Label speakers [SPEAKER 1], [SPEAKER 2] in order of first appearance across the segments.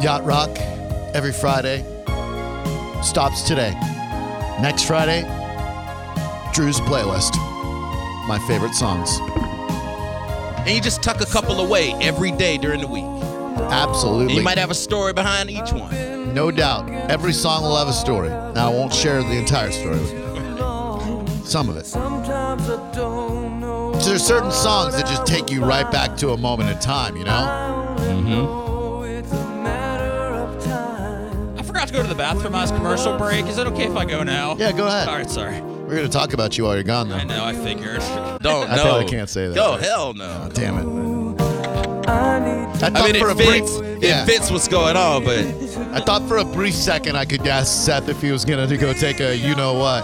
[SPEAKER 1] Yacht Rock every Friday. Stops today. Next Friday, Drew's playlist. My favorite songs.
[SPEAKER 2] And you just tuck a couple away every day during the week. And
[SPEAKER 1] Absolutely.
[SPEAKER 2] you might have a story behind each one.
[SPEAKER 1] No doubt. Every song will have a story. Now, I won't share the entire story with you. Some of it. There's certain songs that just take you right back to a moment in time, you know?
[SPEAKER 3] I forgot to go to the bathroom last commercial break. Is it okay if I go now?
[SPEAKER 1] Yeah, go ahead.
[SPEAKER 3] All right, sorry.
[SPEAKER 1] We're going to talk about you while you're gone, though.
[SPEAKER 3] I know, I figured.
[SPEAKER 2] Don't
[SPEAKER 1] I
[SPEAKER 2] know.
[SPEAKER 1] probably can't say that.
[SPEAKER 2] Oh, hell no.
[SPEAKER 1] Damn it. I thought
[SPEAKER 2] I mean,
[SPEAKER 1] for a
[SPEAKER 2] it fits.
[SPEAKER 1] brief,
[SPEAKER 2] It fits what's going on, but
[SPEAKER 1] I thought for a brief second I could ask Seth if he was gonna go take a you know what.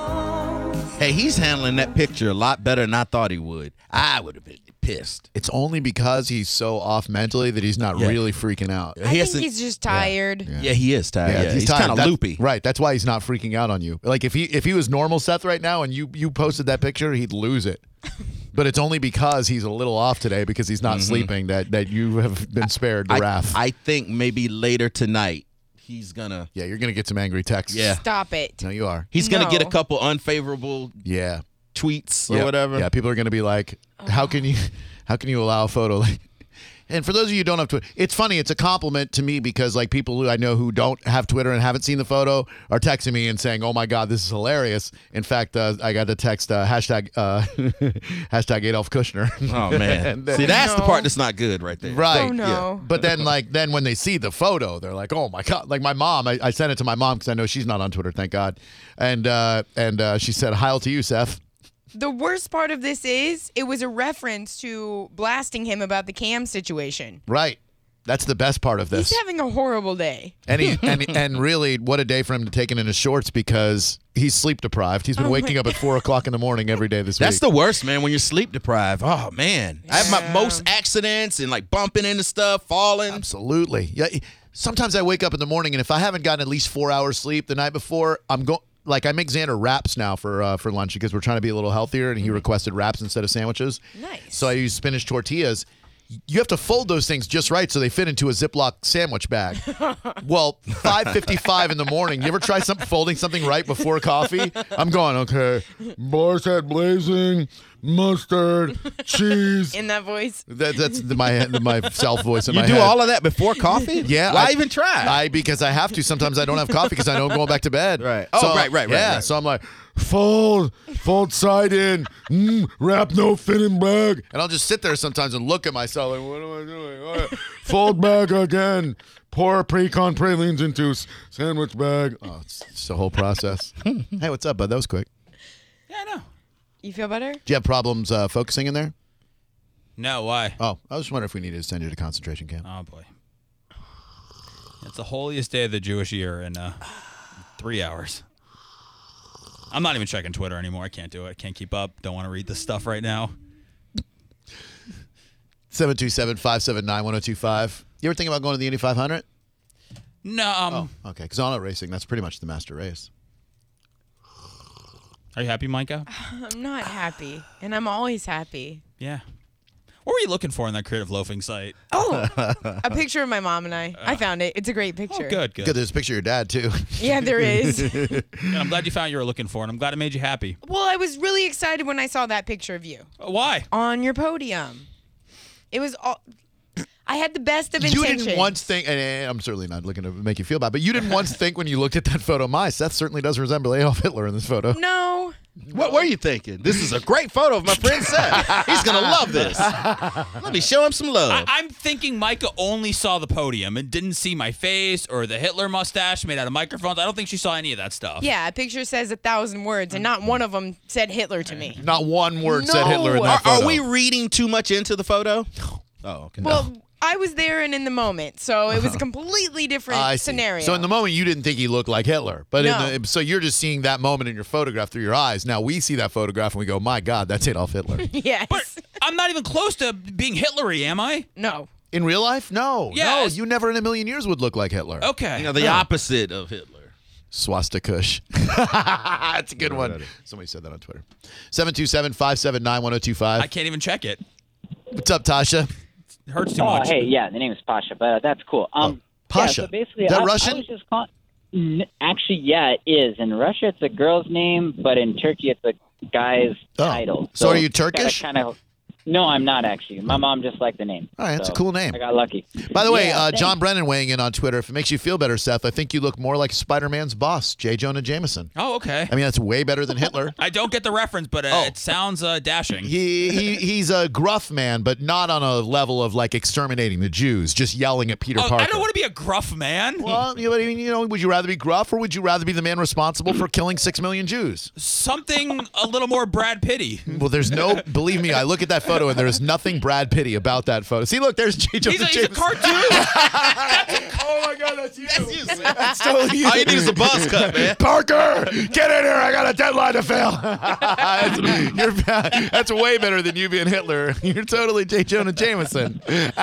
[SPEAKER 2] hey, he's handling that picture a lot better than I thought he would. I would have been pissed.
[SPEAKER 1] It's only because he's so off mentally that he's not
[SPEAKER 2] Yeah.
[SPEAKER 1] really freaking out.
[SPEAKER 4] I
[SPEAKER 2] has
[SPEAKER 4] think
[SPEAKER 2] to-
[SPEAKER 4] he's just tired.
[SPEAKER 2] Yeah, he is tired. Yeah, he's,
[SPEAKER 1] tired.
[SPEAKER 2] kind of
[SPEAKER 1] That-
[SPEAKER 2] loopy.
[SPEAKER 1] Right. That's why he's not freaking out on you. Like if he if he was normal Seth right now and you you posted that picture, he'd lose it. But it's only because he's a little off today because he's not sleeping that that you have been spared the
[SPEAKER 2] Mm-hmm. I,
[SPEAKER 1] wrath.
[SPEAKER 2] I think maybe later tonight he's gonna
[SPEAKER 1] yeah, you're gonna get some angry texts.
[SPEAKER 2] Yeah.
[SPEAKER 4] Stop it.
[SPEAKER 1] No, you are.
[SPEAKER 2] he's gonna get a
[SPEAKER 4] No.
[SPEAKER 2] couple unfavorable
[SPEAKER 1] Yeah.
[SPEAKER 2] tweets or
[SPEAKER 1] Yeah,
[SPEAKER 2] whatever.
[SPEAKER 1] Yeah, people are going to be like, "How can you, how can you allow a photo?" Like, and for those of you who don't have Twitter, it's funny. It's a compliment to me because like people who I know who don't have Twitter and haven't seen the photo are texting me and saying, "Oh my god, this is hilarious." In fact, uh, I got the text uh, hashtag uh, hashtag Adolf Kushner.
[SPEAKER 2] Oh man.
[SPEAKER 1] And then-
[SPEAKER 2] See, that's the
[SPEAKER 4] No.
[SPEAKER 2] part that's not good right there.
[SPEAKER 1] Right.
[SPEAKER 4] Oh, no.
[SPEAKER 1] But then, like, then when they see the photo, they're like, "Oh my god!" Like my mom, I, I sent it to my mom because I know she's not on Twitter, thank God. And uh, and uh, she said, "Heil to you, Seth."
[SPEAKER 4] The worst part of this is it was a reference to blasting him about the cam situation.
[SPEAKER 1] Right. That's the best part of this.
[SPEAKER 4] He's having a horrible day.
[SPEAKER 1] And he and and really, what a day for him to take it in his shorts because he's sleep deprived. He's been waking up at four o'clock in the morning every day this
[SPEAKER 2] That's
[SPEAKER 1] week.
[SPEAKER 2] the worst, man, when you're sleep deprived. Oh man. I have my most accidents and like bumping into stuff, falling.
[SPEAKER 1] absolutely. Yeah. Sometimes I wake up in the morning and if I haven't gotten at least four hours sleep the night before, I'm going. Like I make Xander wraps now for uh, for lunch because we're trying to be a little healthier, and he requested wraps instead of sandwiches.
[SPEAKER 4] Mm-hmm. Nice.
[SPEAKER 1] So I use spinach tortillas. You have to fold those things just right so they fit into a Ziploc sandwich bag. well, 5:55 in the morning. You ever try some folding something right before coffee? I'm going okay. Borscht blazing, mustard, cheese.
[SPEAKER 4] In that voice.
[SPEAKER 1] That, that's the, my my self voice in
[SPEAKER 2] You
[SPEAKER 1] my
[SPEAKER 2] do
[SPEAKER 1] head.
[SPEAKER 2] all of that before coffee?
[SPEAKER 1] Yeah.
[SPEAKER 2] Why even try?
[SPEAKER 1] I because I have to. Sometimes I don't have coffee because I know I'm going back to bed.
[SPEAKER 2] Right. Oh, right, right, right,
[SPEAKER 1] Yeah.
[SPEAKER 2] right.
[SPEAKER 1] So I'm like, fold, fold side in, mm, wrap no fitting bag, and I'll just sit there sometimes and look at myself like, what am I doing? All right. fold bag again. Pour precon pralines into s- sandwich bag. Oh, it's, it's the whole process. hey, what's up, bud? That was quick.
[SPEAKER 3] Yeah, I know.
[SPEAKER 4] You feel better?
[SPEAKER 1] Do you have problems uh, focusing in there?
[SPEAKER 3] No, why?
[SPEAKER 1] Oh, I was just wondering if we needed to send you to concentration camp.
[SPEAKER 3] Oh boy. It's the holiest day of the Jewish year in uh, three hours. I'm not even checking Twitter anymore. I can't do it. Can't keep up. Don't want to read this stuff right now.
[SPEAKER 1] 727-579-1025. You ever think about going to the Indy 500?
[SPEAKER 3] No. Um,
[SPEAKER 1] Oh. Okay, because auto racing, that's pretty much the master race.
[SPEAKER 3] Are you happy, Micah?
[SPEAKER 4] I'm not happy. And I'm always happy.
[SPEAKER 3] Yeah. What were you looking for in that creative loafing site?
[SPEAKER 4] Oh, a picture of my mom and I. I found it. It's a great picture.
[SPEAKER 3] Oh, good, good.
[SPEAKER 1] Good, there's a picture of your dad, too.
[SPEAKER 4] Yeah, there is.
[SPEAKER 3] And I'm glad you found what you were looking for, and I'm glad it made you happy.
[SPEAKER 4] well, I was really excited when I saw that picture of you
[SPEAKER 3] Uh, Why?
[SPEAKER 4] on your podium. It was all. I had the best of
[SPEAKER 1] you
[SPEAKER 4] intentions.
[SPEAKER 1] didn't once think, and- and I'm certainly not looking to make you feel bad, but you didn't once think when you looked at that photo, my, Seth certainly does resemble Adolf Hitler in this photo.
[SPEAKER 4] No.
[SPEAKER 2] What were you thinking? This is a great photo of my friend Seth. He's gonna love this. Let me show him some
[SPEAKER 3] I-
[SPEAKER 2] love.
[SPEAKER 3] I'm thinking Micah only saw the podium and didn't see my face or the Hitler mustache made out of microphones. I don't think she saw any of that stuff.
[SPEAKER 4] Yeah, a picture says a thousand words, and not one of them said Hitler to me.
[SPEAKER 1] Not one word said Hitler in
[SPEAKER 4] No.
[SPEAKER 1] that
[SPEAKER 2] Are,
[SPEAKER 1] photo.
[SPEAKER 2] are we reading too much into the photo? Oh, okay.
[SPEAKER 4] Well, I was there and in the moment, so it was a completely different
[SPEAKER 1] I see.
[SPEAKER 4] scenario.
[SPEAKER 1] So in the moment, you didn't think he looked like Hitler, but
[SPEAKER 4] No.
[SPEAKER 1] in the, so you're just seeing that moment in your photograph through your eyes. Now we see that photograph and we go, my God, that's Adolf Hitler.
[SPEAKER 4] yes.
[SPEAKER 3] But I'm not even close to being Hitlery, am I?
[SPEAKER 4] no.
[SPEAKER 1] in real life, no, no,
[SPEAKER 3] Yes.
[SPEAKER 1] you never in a million years would look like Hitler.
[SPEAKER 3] Okay.
[SPEAKER 2] you know, the opposite of Hitler.
[SPEAKER 1] Swastikush. That's a good one. Somebody said that on Twitter. 727-579-1025.
[SPEAKER 3] I can't even check it.
[SPEAKER 1] What's up, Tasha?
[SPEAKER 3] It hurts too
[SPEAKER 5] Oh,
[SPEAKER 3] much.
[SPEAKER 5] hey, yeah, the name is Pasha, but uh, that's cool. Um,
[SPEAKER 1] Oh, Pasha.
[SPEAKER 5] Yeah, so basically,
[SPEAKER 1] Is that
[SPEAKER 5] I,
[SPEAKER 1] Russian?
[SPEAKER 5] I was just call- N- Actually, yeah, it is. In Russia, it's a girl's name, but in Turkey, it's a guy's
[SPEAKER 1] Oh.
[SPEAKER 5] title.
[SPEAKER 1] So are you Turkish?
[SPEAKER 5] Kind of. No, I'm not actually. My mom just liked the name.
[SPEAKER 1] All right, that's
[SPEAKER 5] So
[SPEAKER 1] a cool name.
[SPEAKER 5] I got lucky.
[SPEAKER 1] By the way,
[SPEAKER 5] Yeah,
[SPEAKER 1] uh,
[SPEAKER 5] thanks.
[SPEAKER 1] John Brennan weighing in on Twitter. If it makes you feel better, Seth, I think you look more like Spider Man's boss, J. Jonah Jameson.
[SPEAKER 3] Oh, okay.
[SPEAKER 1] I mean, Oh. that's way better than Hitler.
[SPEAKER 3] I don't get the reference, but uh, it sounds uh, dashing.
[SPEAKER 1] He, he he's a gruff man, but not on a level of like exterminating the Jews, just yelling at Peter
[SPEAKER 3] Oh,
[SPEAKER 1] Parker.
[SPEAKER 3] I don't want to be a gruff man.
[SPEAKER 1] Well, you know, what I mean, you know, would you rather be gruff or would you rather be the man responsible for killing six million Jews?
[SPEAKER 3] Something a little more Brad Pitty.
[SPEAKER 1] Well, there's no, believe me, I look at that photo and there's nothing Brad Pitty about that photo. See, look, there's J. Jonah
[SPEAKER 3] He's a, he's a
[SPEAKER 1] Jameson.
[SPEAKER 3] cartoon.
[SPEAKER 1] Oh my God, that's you. That's you. That's
[SPEAKER 2] All you need is a buzz cut, man.
[SPEAKER 1] Parker, get in here. I got a deadline to fail. that's, you're, that's way better than you being Hitler. You're totally J. Jonah Jameson.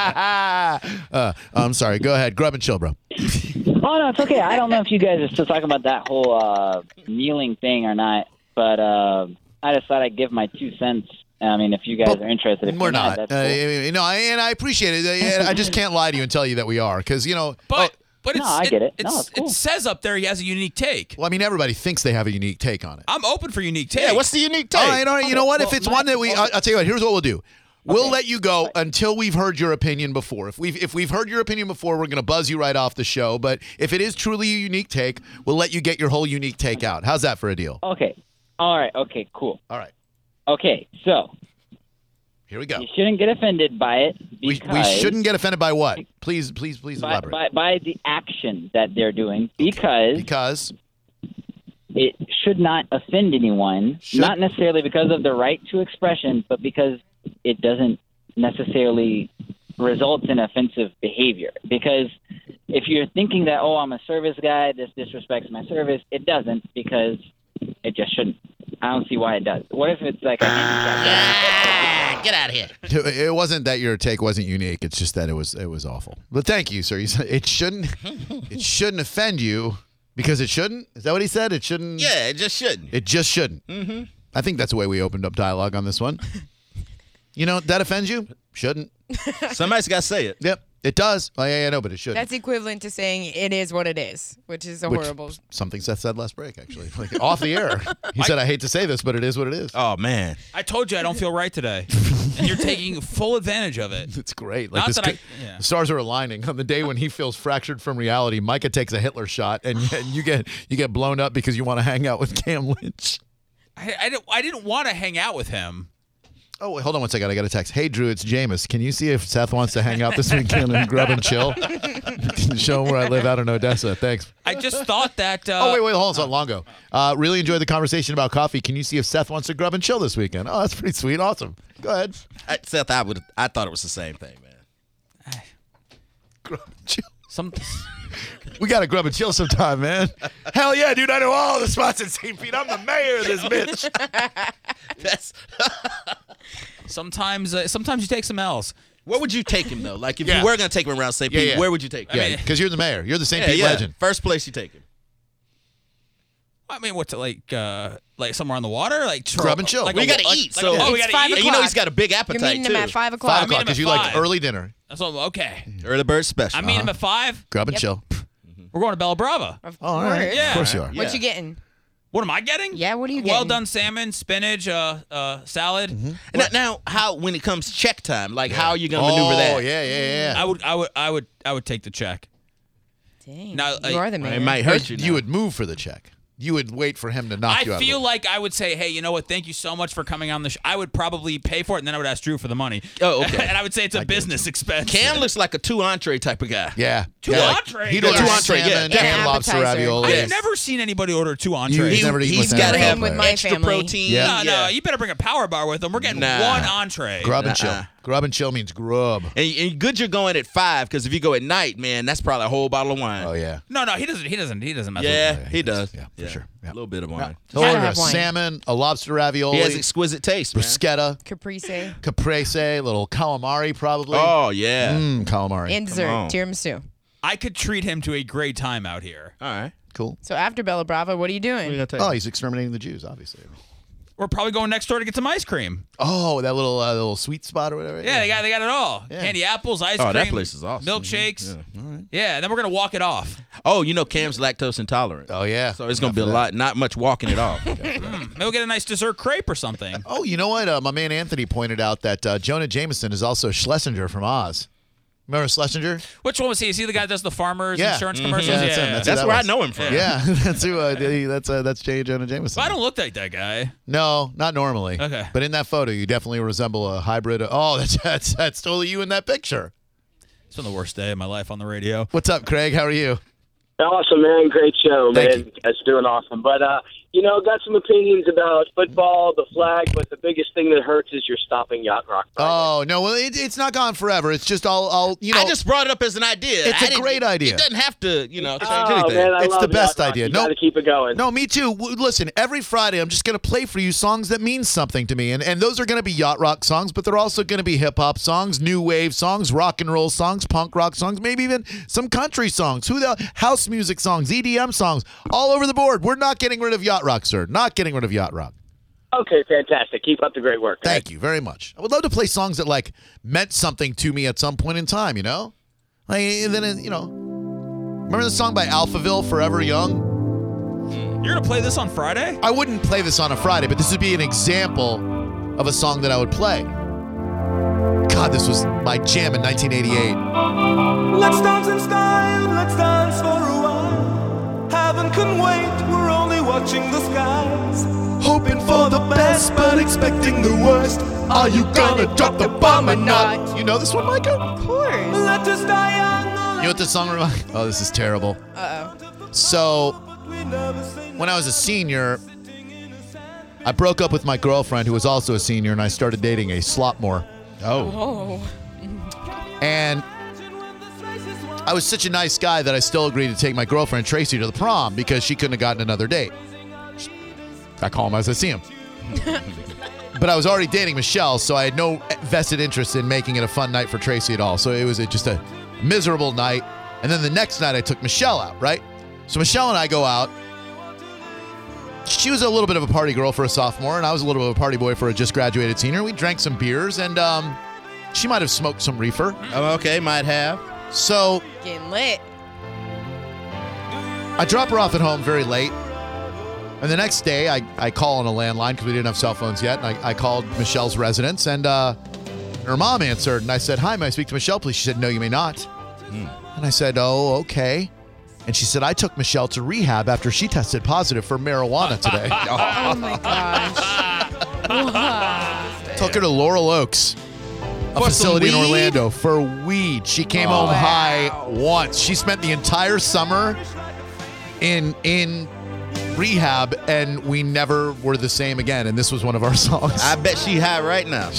[SPEAKER 1] uh, I'm sorry. Go ahead. Grub and chill, bro.
[SPEAKER 5] Oh no, it's okay. I don't know if you guys are still talking about that whole uh, kneeling thing or not, but uh, I just thought I'd give my two cents. I mean, if you guys
[SPEAKER 1] But
[SPEAKER 5] are interested, if
[SPEAKER 1] We're
[SPEAKER 5] you're
[SPEAKER 1] not.
[SPEAKER 5] not,
[SPEAKER 1] Uh,
[SPEAKER 5] that's cool.
[SPEAKER 1] you know, I- and I appreciate it. I, I just can't lie to you and tell you that we are because, you know,
[SPEAKER 3] But
[SPEAKER 1] oh,
[SPEAKER 3] but it's,
[SPEAKER 5] No, I get it. No,
[SPEAKER 3] It's,
[SPEAKER 5] it's cool.
[SPEAKER 3] It says up there he has a unique take.
[SPEAKER 1] oh, well, I mean, everybody thinks they have a unique take on it.
[SPEAKER 3] I'm open for unique takes.
[SPEAKER 2] Yeah, what's the unique take?
[SPEAKER 1] All right, all right. You know what? If it's one that we, I'll, I'll tell you what. Here's what we'll do. We'll let you go until we've heard your opinion before. If we've if we've heard your opinion before, we're gonna buzz you right off the show. But if it is truly a unique take, we'll let you get your whole unique take out. How's that for a deal?
[SPEAKER 5] Okay. All right. Okay. Cool.
[SPEAKER 1] All right,
[SPEAKER 5] Okay. So
[SPEAKER 1] here we go.
[SPEAKER 5] you shouldn't get offended by it
[SPEAKER 1] We,
[SPEAKER 5] because
[SPEAKER 1] we shouldn't get offended by what? Please, please, please
[SPEAKER 5] by,
[SPEAKER 1] elaborate.
[SPEAKER 5] by, by the action that they're doing because
[SPEAKER 1] Because
[SPEAKER 5] it should not offend anyone.
[SPEAKER 1] Should-
[SPEAKER 5] Not necessarily because of the right to expression, but because it doesn't necessarily result in offensive behavior. Because if you're thinking that, oh, I'm a service guy, this disrespects my service, it doesn't because it just shouldn't. I don't see why it does. What if it's like a handicap?
[SPEAKER 1] it it wasn't that your take wasn't unique. It's just that it was it was awful. But thank you, sir. You said it shouldn't it shouldn't offend you because it shouldn't. Is that what he said? It shouldn't.
[SPEAKER 2] Yeah, it just shouldn't.
[SPEAKER 1] It just shouldn't. Mm-hmm. I think that's the way we opened up dialogue on this one. you know, that offends you? Shouldn't.
[SPEAKER 2] Somebody's got to say it.
[SPEAKER 1] Yep, it does. Oh, yeah, yeah, no, but it shouldn't.
[SPEAKER 4] That's equivalent to saying it is what it is, which is a
[SPEAKER 1] Which-
[SPEAKER 4] horrible.
[SPEAKER 1] Something Seth said last break, actually, like, off the air. He said, "I hate to say this, but it is what it is."
[SPEAKER 2] Oh, man.
[SPEAKER 3] I told you I don't feel right today, and you're taking full advantage of it.
[SPEAKER 1] It's great. Like
[SPEAKER 3] Not
[SPEAKER 1] this
[SPEAKER 3] that
[SPEAKER 1] co-
[SPEAKER 3] I- yeah.
[SPEAKER 1] the stars are aligning. On the day when he feels fractured from reality, Micah takes a Hitler shot, and, and you get you get blown up because you want to hang out with Cam Lynch.
[SPEAKER 3] I, I didn't, I didn't want to hang out with him.
[SPEAKER 1] Oh, wait, hold on one second. I got a text. Hey, Drew, it's Jameis. Can you see if Seth wants to hang out this weekend and grub and chill? Show him where I live out in Odessa. Thanks.
[SPEAKER 3] I just thought that. Uh,
[SPEAKER 1] Oh, wait, wait, hold on. Long ago. Uh, really enjoyed the conversation about coffee. Can you see if Seth wants to grub and chill this weekend? Oh, that's pretty sweet. Awesome. Go ahead.
[SPEAKER 2] I, Seth, I would. I thought it was the same thing, man.
[SPEAKER 1] Grub and chill.
[SPEAKER 3] Some,
[SPEAKER 1] We got to grub and chill sometime, man. Hell yeah, dude. I know all the spots in St. Pete. I'm the mayor of this bitch.
[SPEAKER 2] That's.
[SPEAKER 3] sometimes, uh, sometimes you take some L's.
[SPEAKER 2] Where would you take him though? Like if
[SPEAKER 1] Yeah.
[SPEAKER 2] you were gonna take him around St. Pete,
[SPEAKER 1] yeah.
[SPEAKER 2] where would you take him?
[SPEAKER 1] Yeah, because you're the mayor. You're the St.
[SPEAKER 2] yeah,
[SPEAKER 1] Pete
[SPEAKER 2] yeah.
[SPEAKER 1] legend.
[SPEAKER 2] First place you take him.
[SPEAKER 3] I mean, what's it like? Uh, like somewhere on the water, like tro-
[SPEAKER 1] Grub and chill.
[SPEAKER 3] Like
[SPEAKER 2] We
[SPEAKER 3] a-
[SPEAKER 2] gotta
[SPEAKER 3] like-
[SPEAKER 2] eat,
[SPEAKER 3] like
[SPEAKER 2] so-
[SPEAKER 3] a- oh, we
[SPEAKER 4] It's
[SPEAKER 3] gotta
[SPEAKER 4] five
[SPEAKER 3] eat.
[SPEAKER 2] And you know
[SPEAKER 4] o'clock.
[SPEAKER 2] he's got a big appetite
[SPEAKER 4] You're meeting
[SPEAKER 2] too.
[SPEAKER 4] them at five
[SPEAKER 1] Five
[SPEAKER 4] o'clock.
[SPEAKER 1] o'clock
[SPEAKER 3] him
[SPEAKER 1] because
[SPEAKER 3] at
[SPEAKER 1] you like
[SPEAKER 3] five.
[SPEAKER 1] early dinner.
[SPEAKER 3] So, okay,
[SPEAKER 2] Early bird special.
[SPEAKER 3] I meet him at five.
[SPEAKER 1] Grub and chill.
[SPEAKER 3] We're going to Bella Brava.
[SPEAKER 4] Of
[SPEAKER 1] all right.
[SPEAKER 4] course.
[SPEAKER 1] Of
[SPEAKER 3] Yeah.
[SPEAKER 1] course you are.
[SPEAKER 4] What
[SPEAKER 2] Yeah.
[SPEAKER 4] you getting?
[SPEAKER 3] What am I getting?
[SPEAKER 4] Yeah, what are you
[SPEAKER 3] Well
[SPEAKER 4] getting?
[SPEAKER 3] done salmon, spinach, uh, uh, salad.
[SPEAKER 1] Mm-hmm.
[SPEAKER 2] And now, now, how when it comes check time, like how are you gonna
[SPEAKER 1] oh,
[SPEAKER 2] maneuver that? Mm-hmm.
[SPEAKER 1] yeah, yeah, yeah.
[SPEAKER 3] I would, I would, I would, I would take the check.
[SPEAKER 4] Dang.
[SPEAKER 3] Now,
[SPEAKER 4] you
[SPEAKER 3] I-
[SPEAKER 4] are the man.
[SPEAKER 2] It might hurt
[SPEAKER 1] you,
[SPEAKER 2] you. Now.
[SPEAKER 1] would move for the check. You would wait for him to knock
[SPEAKER 3] I
[SPEAKER 1] you out. of the-
[SPEAKER 3] feel like I would say, hey, you know what? Thank you so much for coming on the show. I would probably pay for it, and then I would ask Drew for the money.
[SPEAKER 2] Oh, okay.
[SPEAKER 3] and I would say it's a business expense.
[SPEAKER 2] Cam looks like a two entree type of guy.
[SPEAKER 1] yeah.
[SPEAKER 3] Two
[SPEAKER 1] yeah,
[SPEAKER 3] entrees.
[SPEAKER 1] He'd order
[SPEAKER 2] Two entrees,
[SPEAKER 1] salmon
[SPEAKER 2] yeah,
[SPEAKER 1] and
[SPEAKER 4] definitely.
[SPEAKER 1] lobster
[SPEAKER 4] Appetizer.
[SPEAKER 1] ravioli.
[SPEAKER 3] I've
[SPEAKER 2] Yes.
[SPEAKER 3] never seen anybody order two
[SPEAKER 1] He's
[SPEAKER 3] entrees.
[SPEAKER 1] never eaten
[SPEAKER 2] he's
[SPEAKER 1] with
[SPEAKER 2] got
[SPEAKER 1] Santa
[SPEAKER 2] to have
[SPEAKER 1] Claus. Same with
[SPEAKER 4] my
[SPEAKER 2] extra
[SPEAKER 4] family.
[SPEAKER 2] protein.
[SPEAKER 1] Yeah.
[SPEAKER 3] no, no, you better bring a power bar with them. We're getting
[SPEAKER 2] Nah.
[SPEAKER 3] one entree.
[SPEAKER 1] Grub and chill.
[SPEAKER 2] Nuh-uh.
[SPEAKER 1] Grub and chill means grub.
[SPEAKER 2] And, and good you're going at five because if you go at night, man, that's probably a whole bottle of wine.
[SPEAKER 1] Oh yeah.
[SPEAKER 3] No, no, he doesn't. He doesn't. He doesn't mess
[SPEAKER 2] yeah,
[SPEAKER 3] with me.
[SPEAKER 2] he does.
[SPEAKER 1] Yeah, for sure. Yeah.
[SPEAKER 2] A little bit of wine.
[SPEAKER 1] He'll
[SPEAKER 4] Gotta
[SPEAKER 1] order a
[SPEAKER 4] have wine.
[SPEAKER 1] salmon, a lobster ravioli,
[SPEAKER 2] He has exquisite taste, man.
[SPEAKER 1] bruschetta,
[SPEAKER 4] Caprese
[SPEAKER 1] caprese, little calamari probably.
[SPEAKER 2] Oh yeah.
[SPEAKER 1] Mm, calamari.
[SPEAKER 4] and dessert
[SPEAKER 2] on.
[SPEAKER 4] tiramisu.
[SPEAKER 3] I could treat him to a great time out here.
[SPEAKER 2] All right.
[SPEAKER 1] cool.
[SPEAKER 4] So after Bella Brava, what are you doing?
[SPEAKER 1] Oh, he's exterminating the Jews, obviously.
[SPEAKER 3] We're probably going next door to get some ice cream.
[SPEAKER 1] Oh, that little uh, little sweet spot or whatever.
[SPEAKER 3] Yeah, they got they got it all. Candy apples, ice
[SPEAKER 2] Oh,
[SPEAKER 3] cream.
[SPEAKER 2] that place is awesome.
[SPEAKER 3] Milkshakes.
[SPEAKER 2] Mhm.
[SPEAKER 1] All right.
[SPEAKER 3] Yeah, and then we're gonna walk it off.
[SPEAKER 2] Oh, you know Cam's lactose intolerant.
[SPEAKER 1] Oh yeah.
[SPEAKER 2] So it's gonna be a lot, not much walking it off.
[SPEAKER 3] Maybe we'll get a nice dessert crepe or something.
[SPEAKER 1] Oh, you know what? Uh, my man Anthony pointed out that uh, Jonah Jameson is also Schlesinger from Oz. Remember Schlesinger?
[SPEAKER 3] Which one was he? Is he the guy that does the farmers
[SPEAKER 1] Yeah.
[SPEAKER 3] insurance commercials?
[SPEAKER 1] Yeah, that's him. That's
[SPEAKER 2] That's
[SPEAKER 1] that
[SPEAKER 2] where
[SPEAKER 1] was-
[SPEAKER 2] I know him from.
[SPEAKER 1] Yeah, that's who. Uh, he- that's uh, that's J. Jonah Jameson.
[SPEAKER 3] But I don't look like that guy.
[SPEAKER 1] No, not normally.
[SPEAKER 3] Okay.
[SPEAKER 1] But in that photo, you definitely resemble a hybrid. Of, oh, that's, that's that's totally you in that picture.
[SPEAKER 3] It's been the worst day of my life on the radio.
[SPEAKER 1] What's up, Craig? How are you?
[SPEAKER 6] Awesome, man. Great show,
[SPEAKER 1] Thank
[SPEAKER 6] man. That's doing awesome. But, uh, you know, got some opinions about football, the flag, but the biggest thing that hurts is you're stopping Yacht Rock.
[SPEAKER 1] Oh no, well it, it's not gone forever. It's just all all you know.
[SPEAKER 2] I just brought it up as an idea.
[SPEAKER 1] It's a
[SPEAKER 2] a
[SPEAKER 1] great idea.
[SPEAKER 2] It doesn't have to, you know, change
[SPEAKER 6] Oh,
[SPEAKER 2] anything.
[SPEAKER 6] man, I
[SPEAKER 1] It's
[SPEAKER 6] love
[SPEAKER 1] the best
[SPEAKER 6] Yacht Rock.
[SPEAKER 1] idea.
[SPEAKER 6] You
[SPEAKER 1] No-
[SPEAKER 6] got to keep it going.
[SPEAKER 1] no, me too. W- Listen, every Friday I'm just gonna play for you songs that mean something to me, and and those are gonna be yacht rock songs, but they're also gonna be hip hop songs, new wave songs, rock and roll songs, punk rock songs, maybe even some country songs, who the house music songs, EDM songs, all over the board. We're not getting rid of yacht rock, sir. Not getting rid of yacht rock.
[SPEAKER 6] Okay, fantastic. Keep up the great work. guys.
[SPEAKER 1] Thank you very much. I would love to play songs that like meant something to me at some point in time. You know, like and then it- you know, remember the song by Alphaville, "Forever Young."
[SPEAKER 3] You're gonna play this on Friday?
[SPEAKER 1] I wouldn't play this on a Friday, but this would be an example of a song that I would play. God, this was my jam in 1988.
[SPEAKER 7] Let's dance in style, let's dance for a while. Heaven can wait, we're only watching the skies.
[SPEAKER 1] Hoping for the best, but expecting the worst. Are you gonna drop the bomb or not? You know this one, Micah?
[SPEAKER 4] Of course.
[SPEAKER 7] Let us die young,
[SPEAKER 1] You know what this song reminds? Oh, this is terrible.
[SPEAKER 4] Uh oh.
[SPEAKER 1] So
[SPEAKER 7] but we never say
[SPEAKER 1] when I was a senior, I broke up with my girlfriend, who was also a senior, and I started dating a slopmore. Oh.
[SPEAKER 4] Oh.
[SPEAKER 1] And I was such a nice guy that I still agreed to take my girlfriend Tracy to the prom because she couldn't have gotten another date. I call him as I see him. but I was already dating Michelle, so I had no vested interest in making it a fun night for Tracy at all. So it was a, just a miserable night. And then the next night, I took Michelle out, right? So Michelle and I go out. She was a little bit of a party girl for a sophomore, and I was a little bit of a party boy for a just graduated senior. We drank some beers, and um, she might have smoked some reefer.
[SPEAKER 2] Oh, okay, might have.
[SPEAKER 1] So
[SPEAKER 4] Getting lit.
[SPEAKER 1] I drop her off at home very late. And the next day, I, I call on a landline because we didn't have cell phones yet. And I, I called Michelle's residence, and uh, her mom answered. And I said, Hi, may I speak to Michelle, please? She said, No, you may not. And I said, Oh, okay. And she said, I took Michelle to rehab after she tested positive for marijuana today.
[SPEAKER 4] Oh my gosh.
[SPEAKER 1] Took her to Laurel Oaks, a
[SPEAKER 2] For some
[SPEAKER 1] facility in
[SPEAKER 2] weed? Oh,
[SPEAKER 1] Orlando, for weed. She came home high once. She spent the entire summer in in rehab, and we never were the same again. And this was one of our songs.
[SPEAKER 2] I
[SPEAKER 1] I,
[SPEAKER 2] bet she high right now.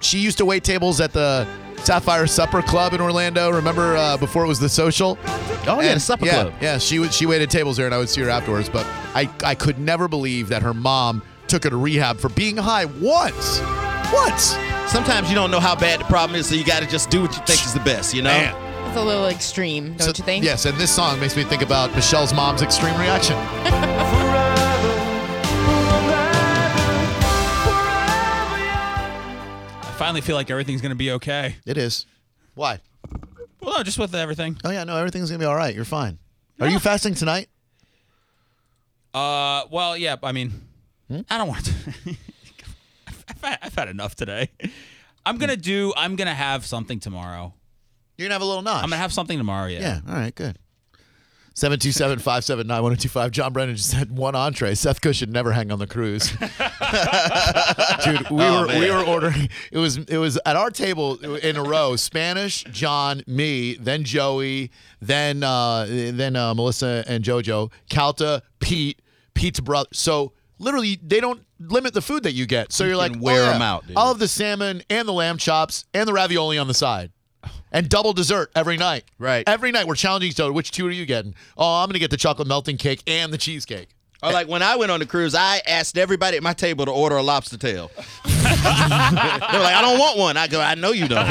[SPEAKER 1] she used to wait tables at the Sapphire Supper Club in Orlando. Remember uh, before it was the social?
[SPEAKER 2] Oh yeah,
[SPEAKER 1] And-
[SPEAKER 2] the supper
[SPEAKER 1] yeah,
[SPEAKER 2] club.
[SPEAKER 1] Yeah, she would. She waited tables there, and I would see her afterwards. But I, I could never believe that her mom took her to rehab for being high once. Once.
[SPEAKER 2] Sometimes you don't know how bad the problem is, so you got to just do what you think is the best. You know.
[SPEAKER 1] Man.
[SPEAKER 4] That's a little extreme, don't
[SPEAKER 1] So-
[SPEAKER 4] you think?
[SPEAKER 1] Yes, and this song makes me think about Michelle's mom's extreme reaction.
[SPEAKER 7] forever, forever, forever young.
[SPEAKER 3] I finally feel like everything's gonna be okay.
[SPEAKER 1] It is. Why?
[SPEAKER 3] Well, no, just with everything.
[SPEAKER 1] Oh yeah, no, everything's gonna be all right. You're fine. Are you fasting tonight?
[SPEAKER 3] Uh, well, yeah. I mean,
[SPEAKER 1] Hmm?
[SPEAKER 3] I don't want to. I've, had, I've had enough today. I'm gonna do. I'm gonna have something tomorrow.
[SPEAKER 1] You're gonna have a little notch.
[SPEAKER 3] I'm gonna have something tomorrow. Yeah.
[SPEAKER 1] Yeah. All right. Good. Seven two seven five seven nine one two five. John Brennan just had one entree. Seth Cushing never hang on the cruise. Dude, we were
[SPEAKER 2] Oh,
[SPEAKER 1] we were ordering. It was it was at our table in a row. Spanish, John, me, then Joey, then uh, then uh, Melissa and JoJo, Calta, Pete, Pete's brother. So literally, they don't limit the food that you get. So you are
[SPEAKER 2] can
[SPEAKER 1] like oh,
[SPEAKER 2] wear
[SPEAKER 1] yeah.
[SPEAKER 2] 'em out, dude.
[SPEAKER 1] I'll have the salmon and the lamb chops and the ravioli on the side. And double dessert every night.
[SPEAKER 2] Right.
[SPEAKER 1] Every night we're challenging each other. Which two are you getting? Oh, I'm gonna get the chocolate melting cake and the cheesecake.
[SPEAKER 2] Or like when I went on the cruise, I asked everybody at my table to order a lobster tail. they were like, I don't want one. I go, I know you don't.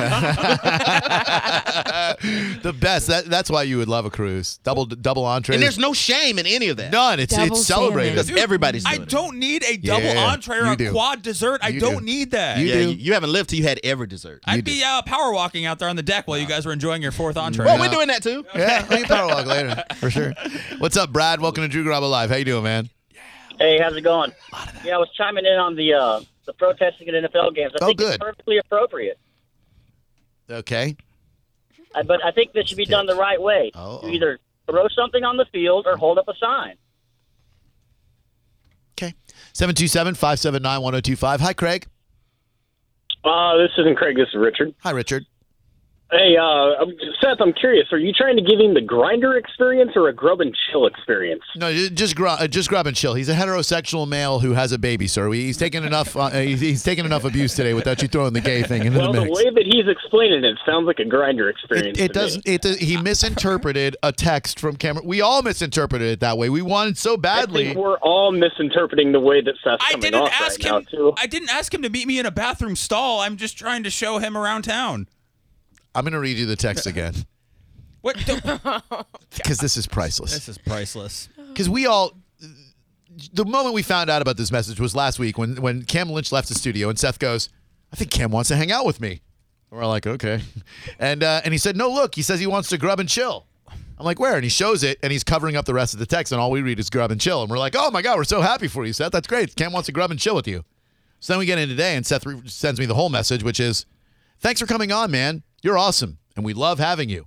[SPEAKER 1] The best. That, that's why you would love a cruise. Double double entree.
[SPEAKER 2] and there's no shame in any of that.
[SPEAKER 1] none. It's
[SPEAKER 4] Double
[SPEAKER 1] it's celebrated.
[SPEAKER 2] Because
[SPEAKER 4] salmon.
[SPEAKER 2] everybody's
[SPEAKER 3] I
[SPEAKER 2] doing it.
[SPEAKER 3] don't need a double
[SPEAKER 1] Yeah,
[SPEAKER 3] entree or
[SPEAKER 1] you
[SPEAKER 3] a
[SPEAKER 1] do.
[SPEAKER 3] quad dessert. I
[SPEAKER 1] You
[SPEAKER 3] don't
[SPEAKER 1] do.
[SPEAKER 3] need that.
[SPEAKER 1] You
[SPEAKER 2] yeah,
[SPEAKER 1] do.
[SPEAKER 2] You, you haven't lived till you had every dessert.
[SPEAKER 1] You
[SPEAKER 3] I'd
[SPEAKER 1] do.
[SPEAKER 3] be uh, power walking out there on the deck while you guys were enjoying your fourth entree. Uh,
[SPEAKER 2] well, we're doing that too.
[SPEAKER 1] Yeah, we can power walk later for sure. What's up, Brad? Welcome to Drew Garabo Live. How you doing, man?
[SPEAKER 5] Hey, how's it going? Yeah, I was chiming in on the uh, the protesting at NFL games. I
[SPEAKER 1] Oh,
[SPEAKER 5] think
[SPEAKER 1] good.
[SPEAKER 5] it's perfectly appropriate.
[SPEAKER 1] Okay.
[SPEAKER 5] I, but I think this should be done the right way.
[SPEAKER 1] Oh, oh.
[SPEAKER 5] You either throw something on the field or hold up a sign.
[SPEAKER 1] Okay. 727-579-1025. Hi, Craig.
[SPEAKER 6] Uh, this isn't Craig. This is Richard.
[SPEAKER 1] Hi, Richard.
[SPEAKER 6] Hey, uh, I'm- Seth, I'm curious. Are you trying to give him the grinder experience or a grub and chill experience?
[SPEAKER 1] No, ju- just grub, uh, just grub and chill. He's a heterosexual male who has a baby, sir. We, he's taken enough. Uh, he's, he's taken enough abuse today without you throwing the gay thing into
[SPEAKER 6] Well,
[SPEAKER 1] the
[SPEAKER 6] the
[SPEAKER 1] mix.
[SPEAKER 6] way that he's explaining it sounds like a grinder experience.
[SPEAKER 1] It, it
[SPEAKER 6] to me.
[SPEAKER 1] doesn't. It does, he misinterpreted a text from Cameron. We all misinterpreted it that way. We wanted so
[SPEAKER 6] I
[SPEAKER 1] badly.
[SPEAKER 6] think we're all misinterpreting the way that Seth's
[SPEAKER 3] I
[SPEAKER 6] coming
[SPEAKER 3] didn't
[SPEAKER 6] off
[SPEAKER 3] ask
[SPEAKER 6] right
[SPEAKER 3] him.
[SPEAKER 6] now, too.
[SPEAKER 3] I didn't ask him to meet me in a bathroom stall. I'm just trying to show him around town.
[SPEAKER 1] I'm going to read you the text again
[SPEAKER 3] What? the-
[SPEAKER 1] because this is priceless.
[SPEAKER 3] this is priceless.
[SPEAKER 1] Because we all. The moment we found out about this message was last week when, when Cam Lynch left the studio and Seth goes, I think Cam wants to hang out with me. And we're like, okay. And, uh, and he said, no, look, he says he wants to grub and chill. I'm like, where? And he shows it and he's covering up the rest of the text and all we read is grub and chill. And we're like, oh my God, we're so happy for you, Seth. That's great. Cam wants to grub and chill with you. So then we get in today, and Seth re- sends me the whole message, which is, "Thanks for coming on, man. You're awesome, and we love having you."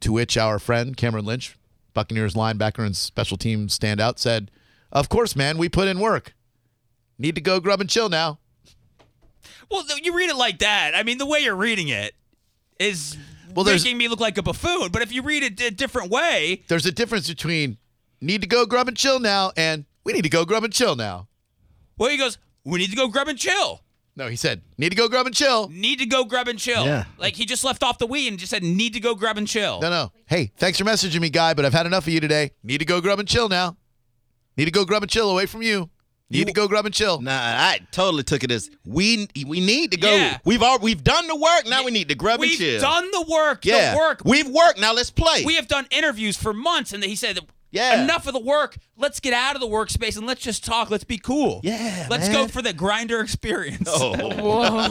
[SPEAKER 1] To which our friend Cameron Lynch, Buccaneers linebacker and special team standout, said, "Of course, man. We put in work. Need to go grub and chill now."
[SPEAKER 3] Well, th- you read it like that. I mean, the way you're reading it is
[SPEAKER 1] Well, there's-
[SPEAKER 3] making me look like a buffoon. But if you read it a different way,
[SPEAKER 1] There's a difference between "need to go grub and chill now" and "we need to go grub and chill now."
[SPEAKER 3] well, he goes, "We need to go grub and chill.
[SPEAKER 1] No, he said, "Need to go grub and chill."
[SPEAKER 3] Need to go grub and chill."
[SPEAKER 1] Yeah.
[SPEAKER 3] Like he just left off the we and just said, "Need to go grub and chill."
[SPEAKER 1] No, no. Hey, thanks for messaging me, guy, but I've had enough of you today. Need to go grub and chill now. Need to go grub and chill away from you. Need to go grub and chill.
[SPEAKER 2] Nah, I totally took it as we we need to go.
[SPEAKER 3] Yeah.
[SPEAKER 2] We've all we've done the work. Now we need to grub
[SPEAKER 3] We've
[SPEAKER 2] and chill.
[SPEAKER 3] done the work.
[SPEAKER 2] yeah,
[SPEAKER 3] The work.
[SPEAKER 2] We've worked. Now let's play.
[SPEAKER 3] We have done interviews for months, and he said,
[SPEAKER 2] Yeah.
[SPEAKER 3] enough of the work. Let's get out of the workspace and let's just talk. Let's be cool.
[SPEAKER 2] Yeah,
[SPEAKER 3] Let's
[SPEAKER 2] man.
[SPEAKER 3] go for the grinder experience.
[SPEAKER 2] Oh,
[SPEAKER 4] Whoa.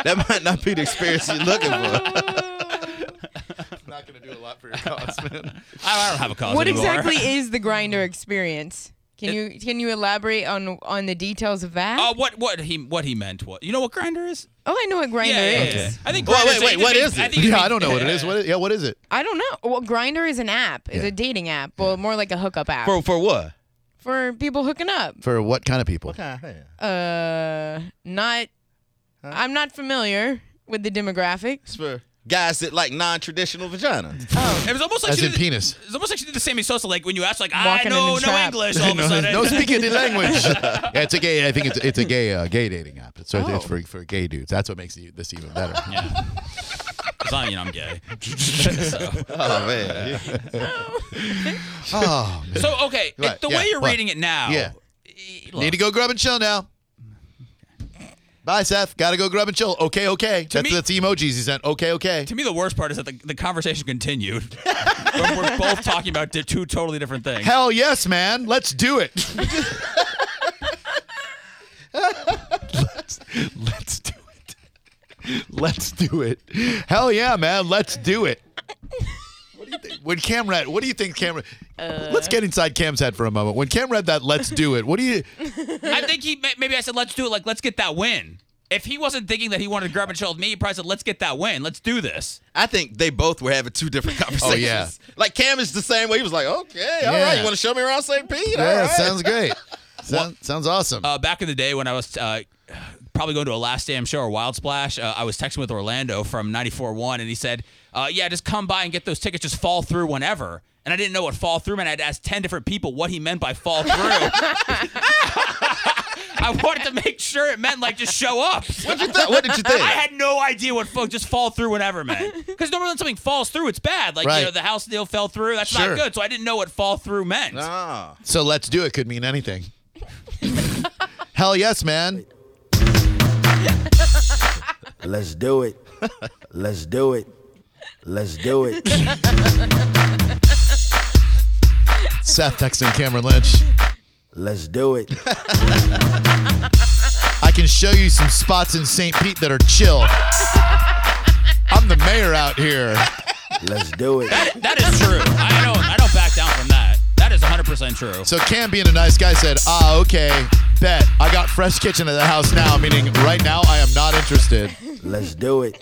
[SPEAKER 2] that might not be the experience you're looking for.
[SPEAKER 1] not going to do a lot for your cause, man.
[SPEAKER 3] I I don't have a cause
[SPEAKER 4] what
[SPEAKER 3] anymore.
[SPEAKER 4] exactly is the grinder experience? Can you can you elaborate on on the details of that?
[SPEAKER 3] Uh, what what he what he meant was you know what grinder is?
[SPEAKER 4] oh, I know what grinder is.
[SPEAKER 3] I think.
[SPEAKER 2] Well,
[SPEAKER 3] Grindr-
[SPEAKER 2] wait, wait, what
[SPEAKER 3] means-
[SPEAKER 2] is it?
[SPEAKER 3] think
[SPEAKER 1] Yeah,
[SPEAKER 3] means-
[SPEAKER 1] I don't know what it is. What is yeah, what is it?
[SPEAKER 4] I don't know. Well, grinder is an app. It's a dating app. Well, more like a hookup app
[SPEAKER 2] For
[SPEAKER 4] for,
[SPEAKER 2] for what?
[SPEAKER 4] people hooking up.
[SPEAKER 1] For what kind of people?
[SPEAKER 4] Uh, not. I'm not familiar with the demographic.
[SPEAKER 2] It's for guys that like non-traditional vagina.
[SPEAKER 3] It was almost like
[SPEAKER 1] As
[SPEAKER 3] she
[SPEAKER 1] in
[SPEAKER 3] did-
[SPEAKER 1] penis.
[SPEAKER 3] It's almost like she did the Sammy Sosa, like when you ask, like
[SPEAKER 4] Walking
[SPEAKER 3] I
[SPEAKER 4] in
[SPEAKER 3] know
[SPEAKER 4] the
[SPEAKER 3] no
[SPEAKER 4] trap.
[SPEAKER 3] English. All of a
[SPEAKER 1] no,
[SPEAKER 3] sudden,
[SPEAKER 1] no speaking the language. yeah, it's a gay. I think it's it's a gay uh, gay dating app. It's,
[SPEAKER 4] Oh.
[SPEAKER 1] it's for for gay dudes. That's what makes it- this even better.
[SPEAKER 3] Because I mean, I'm gay. so,
[SPEAKER 2] Oh man. Yeah.
[SPEAKER 1] Oh, man.
[SPEAKER 3] so, okay, it-
[SPEAKER 1] Right,
[SPEAKER 3] the
[SPEAKER 1] yeah,
[SPEAKER 3] way you're
[SPEAKER 1] what?
[SPEAKER 3] reading it now,
[SPEAKER 1] Yeah.
[SPEAKER 3] e-
[SPEAKER 1] need to go grub and chill now. Bye, Seth. Gotta go grub and chill. Okay, okay. That's,
[SPEAKER 3] me-
[SPEAKER 1] that's the emojis he sent. Okay, okay.
[SPEAKER 3] To me, the worst part is that the, the conversation continued. We're- we're both talking about di- two totally different things.
[SPEAKER 1] Hell yes, man. Let's do it. let's, let's do it. Let's do it. Hell yeah, man. Let's do it. What do you think? When Cam read, what do you think Cam? read-
[SPEAKER 2] Uh.
[SPEAKER 1] let's get inside Cam's head for a moment. When Cam read that, "Let's do it." What do you?
[SPEAKER 3] I think he may- maybe I said let's do it. Like let's get that win. If he wasn't thinking that he wanted to grab and chill with me, he probably said let's get that win. Let's do this.
[SPEAKER 2] I think they both were having two different conversations.
[SPEAKER 1] yeah.
[SPEAKER 2] Like Cam is the same way. He was like, okay, all
[SPEAKER 1] Yeah.
[SPEAKER 2] right, you want to show me around St. Pete? all
[SPEAKER 1] Yeah,
[SPEAKER 2] right.
[SPEAKER 1] sounds great. Sound, sounds awesome.
[SPEAKER 3] uh, back in the day when I was uh, probably going to a Last Damn Show or Wild Splash, uh, I was texting with Orlando from 94.1, and he said, uh, yeah, just come by and get those tickets. Just fall through whenever. And I didn't know what fall through meant. I had to ask 10 different people what he meant by fall through. I I wanted to make sure it meant like just show up.
[SPEAKER 2] What you think? What did you think?
[SPEAKER 3] I had no idea what folk just fall through whenever meant. Because normally when something falls through, it's bad. Like
[SPEAKER 1] Right.
[SPEAKER 3] you know, the house deal fell through. That's
[SPEAKER 1] Sure.
[SPEAKER 3] not good. So I didn't know what fall through meant.
[SPEAKER 2] Ah.
[SPEAKER 1] So let's do it could mean anything. Hell yes, man.
[SPEAKER 8] Let's do it. Let's do it. Let's do it.
[SPEAKER 1] Seth texting Cameron Lynch.
[SPEAKER 8] Let's do it.
[SPEAKER 1] I can show you some spots in St. Pete that are chill. I'm the mayor out here.
[SPEAKER 8] Let's do it.
[SPEAKER 3] That is true. I don't. I don't back down from that. That is 100 percent true.
[SPEAKER 1] So Cam being a nice guy said, ah, okay, bet. I got fresh kitchen at the house now, meaning right now I am not interested.
[SPEAKER 8] Let's do it.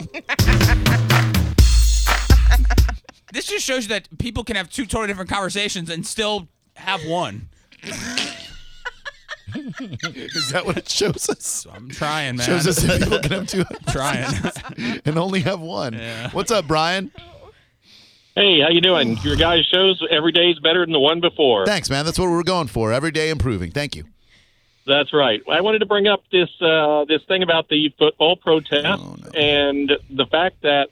[SPEAKER 3] This just shows you that people can have two totally different conversations and still have one.
[SPEAKER 1] Is that what it shows us?
[SPEAKER 3] I'm trying, man.
[SPEAKER 1] Shows us that people can have two
[SPEAKER 3] trying.
[SPEAKER 1] and only have one. What's up, Brian?
[SPEAKER 9] Hey, how you doing? Your guys' shows every day is better than the one before.
[SPEAKER 1] Thanks, man. That's what we're going for. Every day improving. Thank you.
[SPEAKER 9] That's right. I wanted to bring up this uh, this thing about the football protest and the fact that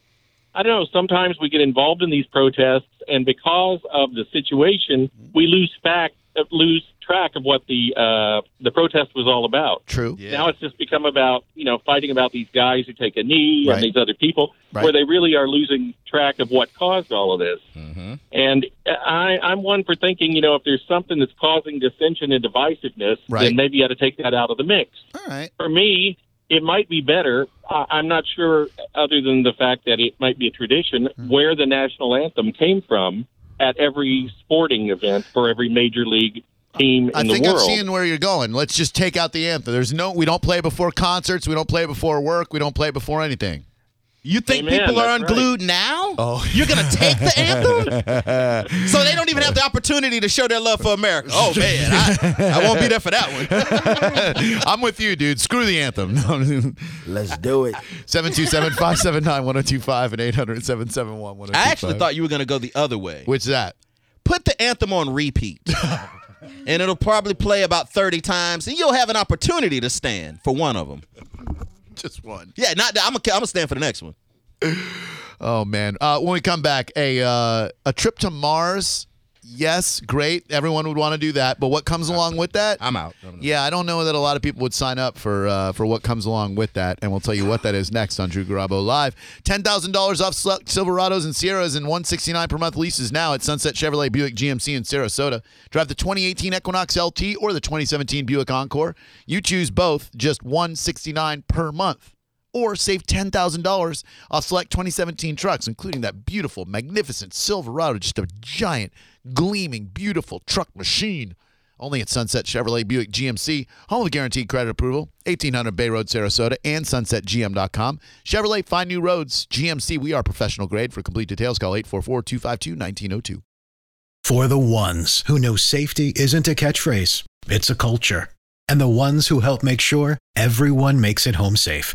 [SPEAKER 9] I don't know. Sometimes we get involved in these protests, and because of the situation, we lose fact, uh, lose track of what the uh, the protest was all about.
[SPEAKER 1] True.
[SPEAKER 9] Now it's just become about you know fighting about these guys who take a knee
[SPEAKER 1] Right.
[SPEAKER 9] and these other people,
[SPEAKER 1] Right.
[SPEAKER 9] where they really are losing track of what caused all of this.
[SPEAKER 1] Mm-hmm.
[SPEAKER 9] And I, I'm one for thinking, you know, if there's something that's causing dissension and divisiveness,
[SPEAKER 1] Right.
[SPEAKER 9] then maybe you got to take that out of the mix.
[SPEAKER 1] All right.
[SPEAKER 9] For me, it might be better. I, I'm not sure, other than the fact that it might be a tradition,
[SPEAKER 1] Mm-hmm.
[SPEAKER 9] where the national anthem came from at every sporting event for every major league team
[SPEAKER 1] I
[SPEAKER 9] in
[SPEAKER 1] think
[SPEAKER 9] the
[SPEAKER 1] I'm
[SPEAKER 9] world.
[SPEAKER 1] seeing where you're going. Let's just take out the anthem. There's no we don't play before concerts, we don't play before work, we don't play before anything.
[SPEAKER 2] You think
[SPEAKER 9] Amen,
[SPEAKER 2] people are
[SPEAKER 9] that's right.
[SPEAKER 2] unglued now? Oh. You're going to take the anthem? so they don't even have the opportunity to show their love for America. Oh, man. I, I won't be there for that one.
[SPEAKER 1] I'm with you, dude. Screw the anthem. No.
[SPEAKER 8] Let's do it.
[SPEAKER 1] 727-579-1025 and 800 771
[SPEAKER 2] I actually thought you were going to go the other way.
[SPEAKER 1] oh Which that?
[SPEAKER 2] Put the anthem on repeat. and it'll probably play about 30 times, and you'll have an opportunity to stand for one of them.
[SPEAKER 1] Just one.
[SPEAKER 2] Yeah, not I'm going to stand for the next one.
[SPEAKER 1] Oh man. Uh, when we come back, a uh, a trip to Mars. Yes, great. Everyone would want to do that, but what comes along with that?
[SPEAKER 2] I'm out.
[SPEAKER 1] Yeah, I don't know that a lot of people would sign up for uh, for what comes along with that, and we'll tell you what that is next on Drew Garabo Live. Ten thousand dollars off select Silverados and Sierras and one sixty nine per month leases now at Sunset Chevrolet Buick GMC in Sarasota. Drive the twenty eighteen Equinox LT or the twenty seventeen Buick Encore. You choose both, just one sixty nine per month. Or save ten thousand dollars off select 2017 trucks, including that beautiful, magnificent Silverado, just a giant, gleaming, beautiful truck machine. Only at Sunset Chevrolet Buick GMC, home of guaranteed credit approval, 1800 Bay Road, Sarasota, and sunsetgm.com. Chevrolet, find new roads. GMC, we are professional grade. For complete details, call 844 252 1902.
[SPEAKER 10] For the ones who know safety isn't a catchphrase, it's a culture. And the ones who help make sure everyone makes it home safe.